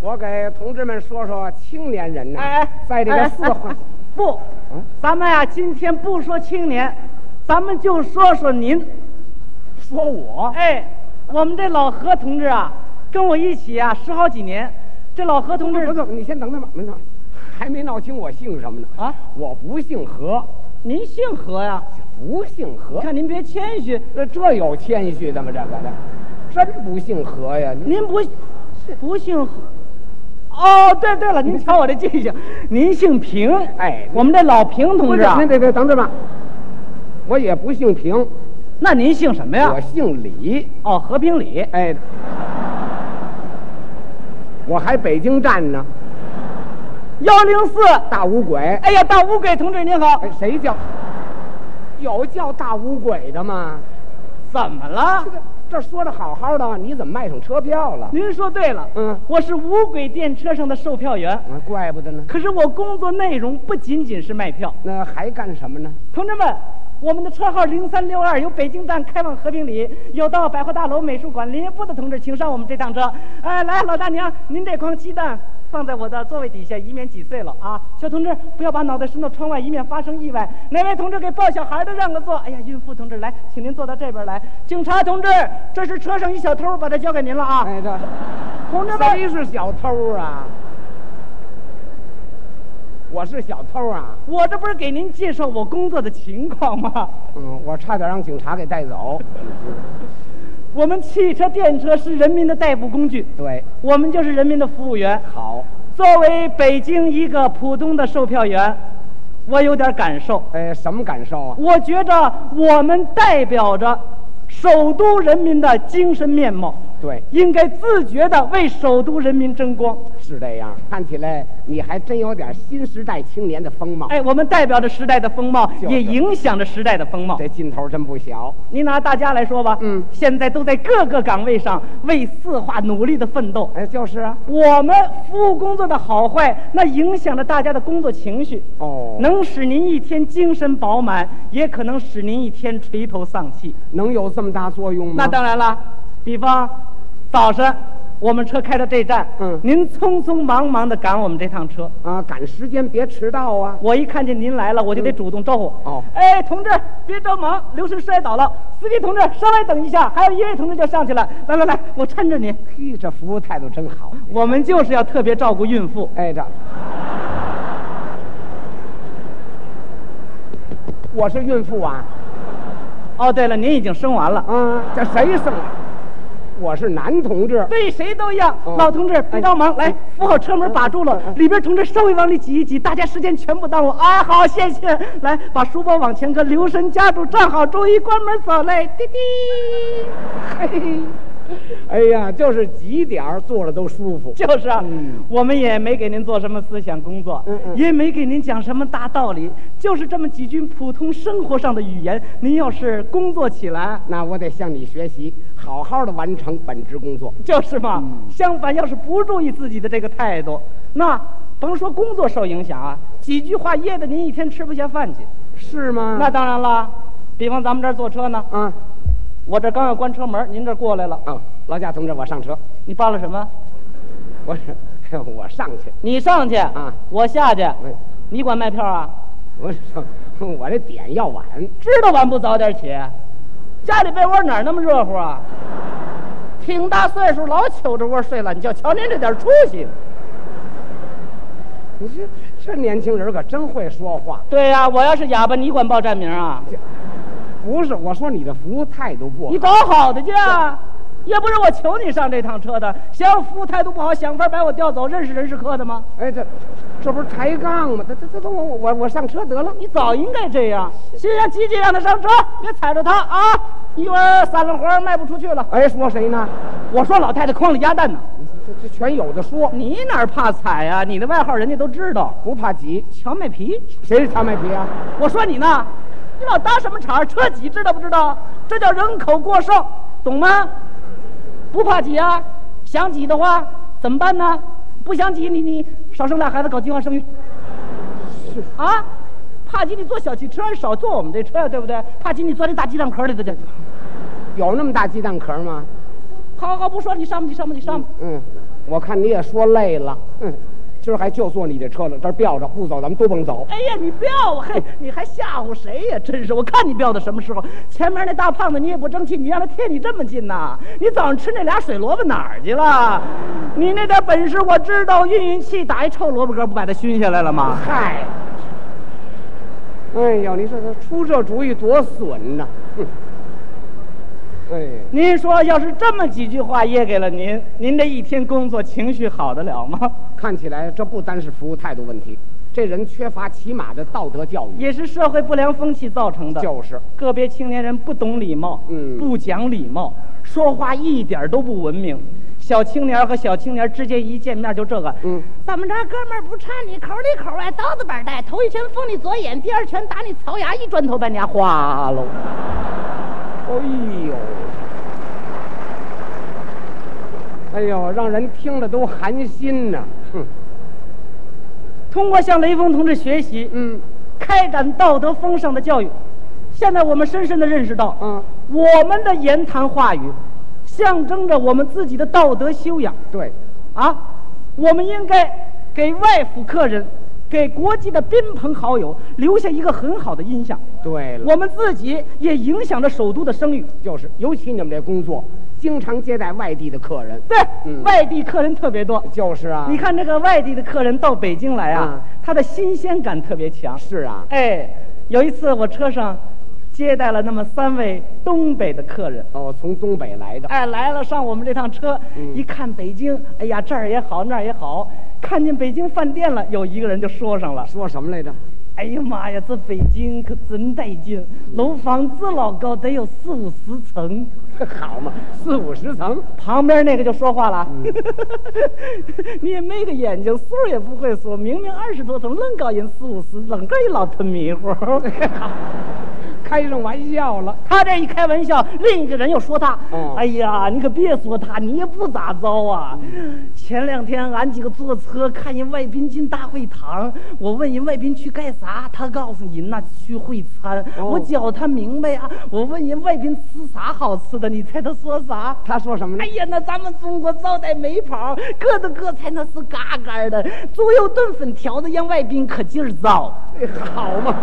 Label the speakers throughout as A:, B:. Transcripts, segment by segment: A: 我给同志们说说青年人呐、
B: 哎，
A: 在这个嗯四环
B: 哎，不，咱们呀、今天不说青年，咱们就说说您。
A: 说我
B: 哎，我们这老何同志啊，跟我一起啊十好几年。这老何同
A: 不
B: 志
A: 是不是，你先等等吧，没等，还没闹清我姓什么呢。
B: 啊，
A: 我不姓何，
B: 您姓何呀？
A: 不姓何。
B: 看您别谦虚，
A: 这这有谦虚的吗？这个的，真不姓何呀！您
B: 您不不姓何。哦，对对了，您瞧我这记性，您姓平，
A: 哎
B: 我们这老平同志啊，
A: 您得得等着吧。我也不姓平，
B: 那您姓什么呀
A: 我？姓李。
B: 哦，和平李，
A: 哎，我还北京站呢，
B: 幺零四。
A: 大五鬼。哎，
B: 哎呀，大乌龟同志您好，
A: 谁叫？有叫大五鬼的吗？
B: 怎么了
A: 这？个这说的好好的，你怎么卖上车票了？
B: 您说对了，
A: 嗯
B: 我是无轨电车上的售票员，
A: 啊，怪不得呢。
B: 可是我工作内容不仅仅是卖票。
A: 那还干什么呢？
B: 同志们，我们的车号零三六二由北京站开往和平里，有到百货大楼、美术馆、林业部的同志，请上我们这趟车。哎，来，老大娘，您这筐鸡蛋放在我的座位底下，以免挤碎了啊！小同志，不要把脑袋伸到窗外，以免发生意外。哪位同志给抱小孩的让个座？哎呀，孕妇同志，来，请您坐到这边来。警察同志，这是车上一小偷，把他交给您了啊！
A: 哎， 这
B: 同志
A: 谁是
B: 们，
A: 小偷啊？我是小偷啊！
B: 我这不是给您介绍我工作的情况吗？
A: 嗯，我差点让警察给带走。
B: 我们汽车、电车是人民的代步工具，
A: 对，
B: 我们就是人民的服务员。
A: 好，
B: 作为北京一个普通的售票员，我有点感受。
A: 哎，什么感受啊？
B: 我觉着我们代表着首都人民的精神面貌，
A: 对，
B: 应该自觉的为首都人民争光。
A: 是这样。看起来你还真有点新时代青年的风貌。
B: 哎，我们代表着时代的风貌，
A: 就是
B: 也影响着时代的风貌。
A: 这劲头真不小。
B: 您拿大家来说吧，
A: 嗯
B: 现在都在各个岗位上为四化努力的奋斗。
A: 哎，就是啊。
B: 我们服务工作的好坏，那影响着大家的工作情绪，
A: 哦，
B: 能使您一天精神饱满，也可能使您一天垂头丧气。
A: 能有这么大作用吗？
B: 那当然了，比方早晨我们车开到这站，
A: 嗯
B: 您匆匆忙忙的赶我们这趟车，
A: 啊，赶时间别迟到啊。
B: 我一看见您来了，我就得主动招呼。
A: 哦
B: 哎，同志，别着忙，刘师摔倒了，司机同志稍微等一下，还有一位同志就上去了。来来来，我搀着您。
A: 嘿，这服务态度真好。
B: 我们就是要特别照顾孕妇。
A: 哎，这我是孕妇啊。
B: 哦，对了，您已经生完了。
A: 啊，这谁生啊？我是男同志。
B: 对谁都一样，
A: 哦
B: 老同志别着忙，来扶好车门，把住了。里边同志稍微往里挤一挤，大家时间全部耽误。啊，好，谢谢。来，把书包往前搁，留神夹住，站好，注意关门走嘞。滴滴，
A: 嘿嘿， 哎呀，就是挤点儿坐着都舒服。
B: 就是啊
A: 嗯，
B: 我们也没给您做什么思想工作
A: 嗯，嗯
B: 也没给您讲什么大道理，就是这么几句普通生活上的语言。您要是工作起来，
A: 那我得向你学习，好好的完成本职工作。
B: 就是嘛。相反，要是不注意自己的这个态度，那甭说工作受影响啊，几句话噎得您一天吃不下饭去。
A: 是吗
B: 那当然了，比方咱们这儿坐车呢，
A: 啊
B: 我这刚要关车门，您这儿过来了，
A: 啊，劳驾同志，我上车，
B: 你扒拉什么？
A: 我是 我上去，
B: 你上去
A: 啊
B: 我下去
A: 喂，
B: 你管卖票啊？
A: 我上，我这点要晚，
B: 知道晚不早点起？家里被窝哪儿那么热乎啊？挺大岁数老揪着窝睡懒觉，瞧您这点出息。
A: 你这这年轻人可真会说话。
B: 对呀、我要是哑巴，你管报站名啊？
A: 不是，我说你的服务态度不好
B: 你。找好的去啊！也不是我求你上这趟车的，嫌我服务态度不好，想法把我调走，认识人是客的吗？
A: 哎，这这不是抬杠吗？这这这，这我我我上车得了。
B: 你早应该这样，先让吉吉让他上车，别踩着他啊！一会儿散了活儿卖不出去了。
A: 哎，说谁呢？
B: 我说老太太筐里鸭蛋呢，
A: 这这全有的说，
B: 你哪儿怕踩呀、你的外号人家都知道，
A: 不怕挤。
B: 荞麦皮。
A: 谁是荞麦皮啊？
B: 我说你呢，你老搭什么茬儿？车挤知道不知道？这叫人口过剩，懂吗？不怕挤啊，想挤的话怎么办呢？不想挤你你少生俩孩子，搞计划生育。是啊，怕挤你坐小汽车，少坐我们这车呀，对不对？怕挤你钻这大鸡蛋壳里头去。
A: 有那么大鸡蛋壳吗？
B: 好好不说，你上吧，你上吧，你上吧。
A: 嗯，我看你也说累了，嗯，今儿还就坐你这车了，这儿吊着不走，咱们都甭走。
B: 哎呀，你不要我，嘿，你还吓唬谁呀？真是，我看你彪到什么时候？前面那大胖子你也不争气，你让他贴你这么近呐、你早上吃那俩水萝卜哪儿去了？你那点本事我知道，运运气打一臭萝卜嗝，不把他熏下来了吗？
A: 嗨，哎呦，你说他出这主意多损呐、哼，哎，
B: 您说，要是这么几句话噎给了您，您这一天工作情绪好得了吗？
A: 看起来这不单是服务态度问题，这人缺乏起码的道德教育。
B: 也是社会不良风气造成的。
A: 就是
B: 个别青年人不懂礼貌，
A: 嗯
B: 不讲礼貌，说话一点都不文明。小青年和小青年之间一见面就这个，
A: 嗯，
C: 怎么着，哥们儿不差你口里口
B: 啊
C: 外，刀子板带，头一拳封你左眼，第二拳打你槽牙，一砖头把你丫
B: 哗喽，
A: 哎呦，哎呦，让人听着都寒心呐、哼，
B: 通过向雷锋同志学习，
A: 嗯，
B: 开展道德风尚的教育，现在我们深深的认识到，
A: 嗯，
B: 我们的言谈话语，象征着我们自己的道德修养。
A: 对，
B: 啊，我们应该给外府客人、给国际的宾朋好友留下一个很好的印象。
A: 对了，
B: 我们自己也影响着首都的声誉。
A: 就是，尤其你们这工作，经常接待外地的客人。
B: 对，
A: 嗯
B: 外地客人特别多。
A: 就是啊，
B: 你看这个外地的客人到北京来啊，
A: 嗯
B: 他的新鲜感特别强。
A: 是啊，
B: 哎，有一次我车上接待了那么三位东北的客人。
A: 哦，从东北来的，
B: 哎，来了，上我们这趟车，
A: 嗯
B: 一看北京，哎呀，这儿也好，那儿也好，看见北京饭店了，有一个人就说上了，
A: 说什么来着？
B: 哎呀妈呀，这北京可真带劲！楼房这老高，得有四五十层。
A: 好嘛，四五十层，
B: 旁边那个就说话了：“ 你也没个眼睛，数也不会数，明明二十多层，愣搞人四五十，整个一老吞迷糊。
A: 开上玩笑了。”
B: 他这一开玩笑，另一个人又说他：“
A: 嗯
B: 哎呀，你可别说他，你也不咋着啊。前两天俺几个坐车看人外宾进大会堂，我问人外宾去干啥，他告诉人呐去会餐。
A: 哦
B: 我搅他明白啊，我问人外宾吃啥好吃的，你猜他说啥？
A: 他说什么呢
B: 哎？呀，那咱们中国招待没跑，各的各菜那是嘎嘎的，猪肉炖粉条子让外宾可劲儿造。
A: 哎好嘛，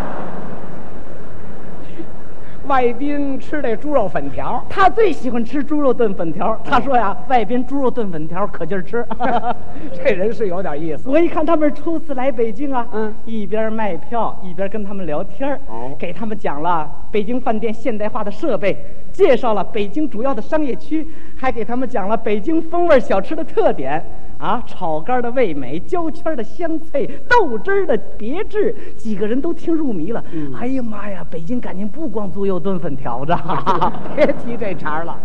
A: 外宾吃这猪肉粉条，
B: 他最喜欢吃猪肉炖粉条，他说呀，外边猪肉炖粉条可劲儿吃。
A: 这人是有点意思。
B: 我一看他们是初次来北京啊，
A: 嗯
B: 一边卖票一边跟他们聊天儿
A: 哦
B: 给他们讲了北京饭店现代化的设备，介绍了北京主要的商业区，还给他们讲了北京风味小吃的特点。啊，炒肝的味美，焦圈的香脆，豆汁儿的别致，几个人都听入迷了。
A: 嗯
B: 哎呀妈呀，北京感情不光猪肉炖粉 条子，
A: 别提这茬儿了。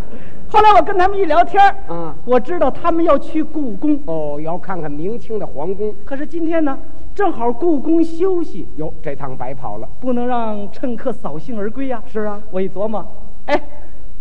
B: 后来我跟他们一聊天儿
A: 嗯
B: 我知道他们要去故宫。
A: 哦，要看看明清的皇宫。
B: 可是今天呢，正好故宫休息，
A: 哟，这趟白跑了。
B: 不能让乘客扫兴而归呀、
A: 是啊，
B: 我一琢磨，哎，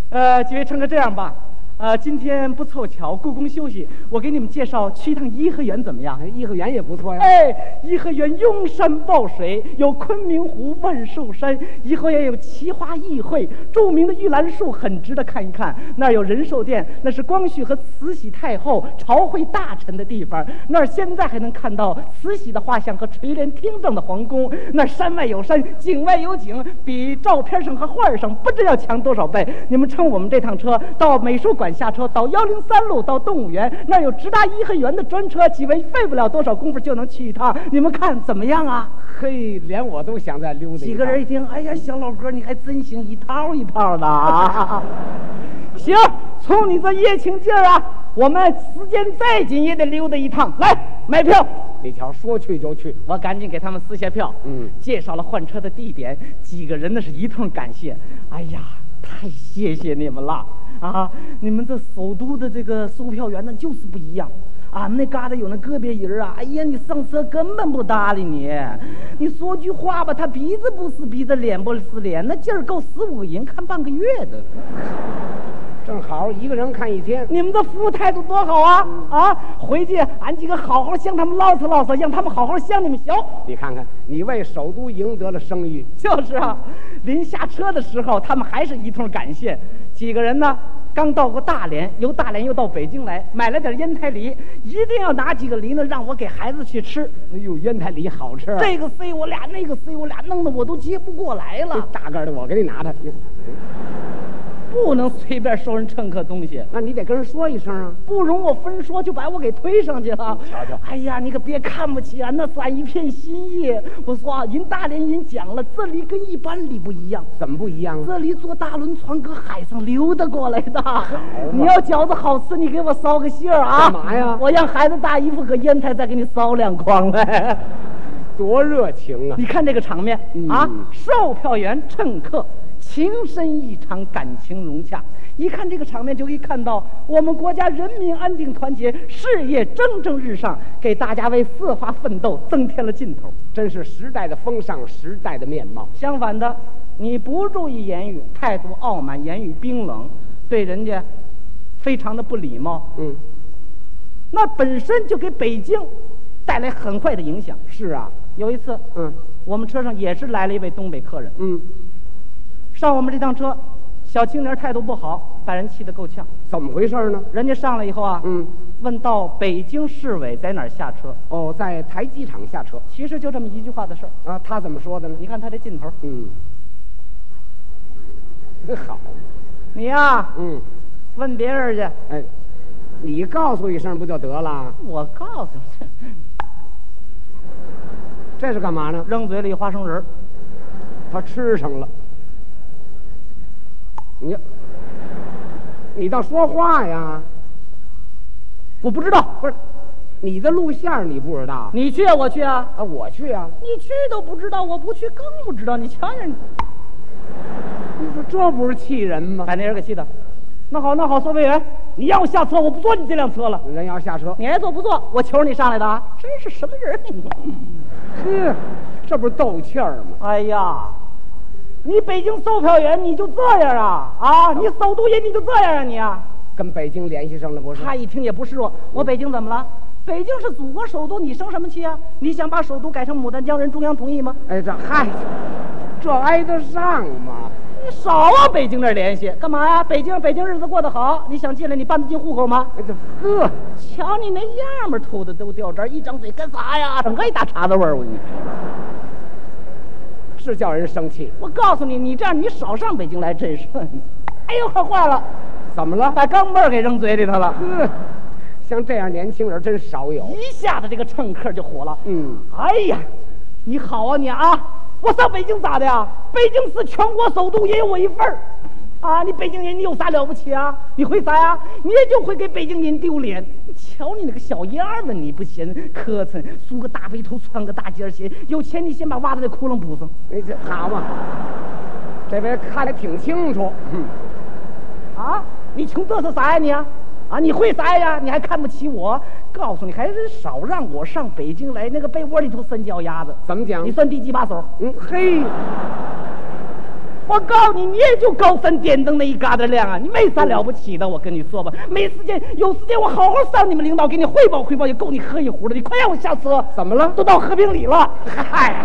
B: 呃，几位乘客这样吧，呃，今天不凑巧，故宫休息，我给你们介绍去一趟颐和园怎么样？
A: 哎颐和园也不错呀。
B: 哎，颐和园拥山抱水，有昆明湖、万寿山；颐和园有奇花异卉，著名的玉兰树很值得看一看。那儿有仁寿殿，那是光绪和慈禧太后朝会大臣的地方。那儿现在还能看到慈禧的画像和垂帘听政的皇宫。那儿山外有山，景外有景，比照片上和画儿上不知要强多少倍。你们乘我们这趟车到美术馆下车，到幺零三路，到动物园，那儿有直达颐和园的专车，几位费不了多少功夫就能去一趟。你们看怎么样啊？
A: 嘿，连我都想再溜达。
B: 几个人一，听，哎呀，小老哥，你还真行，一套一套的啊！ 行，冲你这热情劲儿啊，我们时间再紧也得溜达一趟。来，买票。
A: 你瞧，说去就去。
B: 我赶紧给他们撕下票，
A: 嗯
B: 介绍了换车的地点，几个人那是一通感谢，哎呀，太谢谢你们了啊！你们这首都的这个售票员那就是不一样。俺们那旮瘩有那个别人啊，哎呀，你上车根本不搭理你，你说句话吧，他鼻子不是鼻子，脸不是脸，那劲儿够十五个人看半个月的。
A: 正好一个人看一天。
B: 你们的服务态度多好啊！啊，回去俺几个好好向他们唠叨唠叨，让他们好好向你们学。
A: 你看看，你为首都赢得了声 誉。
B: 就是啊，临下车的时候，他们还是一通感谢。几个人呢，刚到过大连，由大连又到北京来，买了点烟台梨，一定要拿几个梨呢，让我给孩子去吃。
A: 哎呦，烟台梨好吃。
B: 这个塞我俩，那个塞我俩，弄得我都接不过来
A: 这
B: 了。
A: 大个儿的，我给你拿着。
B: 不能随便收人乘客东西，
A: 那你得跟人说一声啊。
B: 不容我分说就把我给推上去了。
A: 瞧瞧
B: 哎呀，你可别看不起啊，那算一片心意。我说啊，人大连人讲了，这里跟一般里不一样。
A: 怎么不一样啊？
B: 这里坐大轮船搁海上溜达过来的。你要饺子好吃，你给我捎个信儿
A: 干
B: 啊！
A: 嘛呀
B: 我让孩子大姨夫搁烟台再给你捎两 筐来。
A: 多热情啊！
B: 你看这个场面、啊
A: 嗯，
B: 售票员、乘客情深意长，感情融洽。一看这个场面，就可以看到我们国家人民安定团结，事业蒸蒸日上，给大家为四化奋斗增添了劲头。
A: 真是时代的风尚，时代的面貌。
B: 相反的，你不注意言语，态度傲慢，言语冰冷，对人家非常的不礼貌，
A: 嗯，
B: 那本身就给北京带来很坏的影响。
A: 是啊，
B: 有一次，
A: 嗯
B: 我们车上也是来了一位东北客人，
A: 嗯，
B: 上我们这趟车，小青年态度不好，把人气得够呛。
A: 怎么回事呢？
B: 人家上来以后啊，
A: 嗯，
B: 问到北京市委在哪儿下车，
A: 哦，在台机场下车
B: 其实就这么一句话的事儿。
A: 啊？他怎么说的呢？
B: 你看他这劲头，
A: 嗯，好，
B: 你呀、
A: 嗯，
B: 问别人去，
A: 哎，你告诉一声不就得了？
B: 我告诉你，
A: 这是干嘛呢？
B: 扔嘴里花生仁儿。
A: 他吃上了。你，你倒说话呀！
B: 我不知道，
A: 不是，你的路线儿你不知道
B: 你去啊，我去啊，
A: 啊？我去啊！
B: 你去都不知道，我不去更不知道。你瞧人，
A: 你说这不是气人吗？
B: 把那人给气的。那好，那好，售票员，你让我下车，我不坐你这辆车了。
A: 人要下车，
B: 你爱坐不坐，我求你上来的啊！真是什么人啊你！
A: 呵， 这不是斗气儿吗？
B: 哎呀，你北京售票员你就这样啊啊！你首都人你就这样啊你啊！
A: 跟北京联系上了不是？
B: 他一听也不示弱，我北京怎么了？北京是祖国首都，你生什么气啊？你想把首都改成牡丹江，人中央同意吗？
A: 哎，这嗨，这挨得上吗？
B: 你少往北京那儿联系，干嘛呀？北京北京日子过得好，你想进来你办得进户口吗？
A: 哎，这呵，
B: 瞧你那样儿，秃的都掉渣儿，一张嘴干啥呀？整个一大碴子味儿，我跟你。
A: 是叫人生气。
B: 我告诉你，你这样你少上北京来，真是。哎呦，可坏了，
A: 怎么了？
B: 把钢镚儿给扔嘴里头了。
A: 呵，像这样年轻人真少有。
B: 一下子这个乘客就火了。
A: 嗯，
B: 哎呀，你好啊你啊！我上北京咋的呀？北京是全国首都，也有我一份儿。啊，你北京人，你有啥了不起啊？你会啥呀？你也就会给北京人丢脸。你瞧你那个小样儿吧，你不嫌磕碜，梳个大背头，穿个大尖儿鞋，有钱你先把袜子那窟窿补上。
A: 哎，这好嘛，这位看得挺清楚。嗯，
B: 啊，你穷嘚瑟啥呀你啊？啊，你会啥呀？你还看不起我？告诉你，还是少让我上北京来，那个被窝里头伸脚丫子。
A: 怎么讲
B: 你？算第几把手？
A: 嗯，嘿，
B: 我告诉你，你也就高三点灯那一疙瘩亮啊，你没啥了不起的。我跟你说吧，没时间，有时间我好好上你们领导给你汇报汇报，也够你喝一壶的。你快让我下车，
A: 怎么了
B: 都到和平里了。嗨、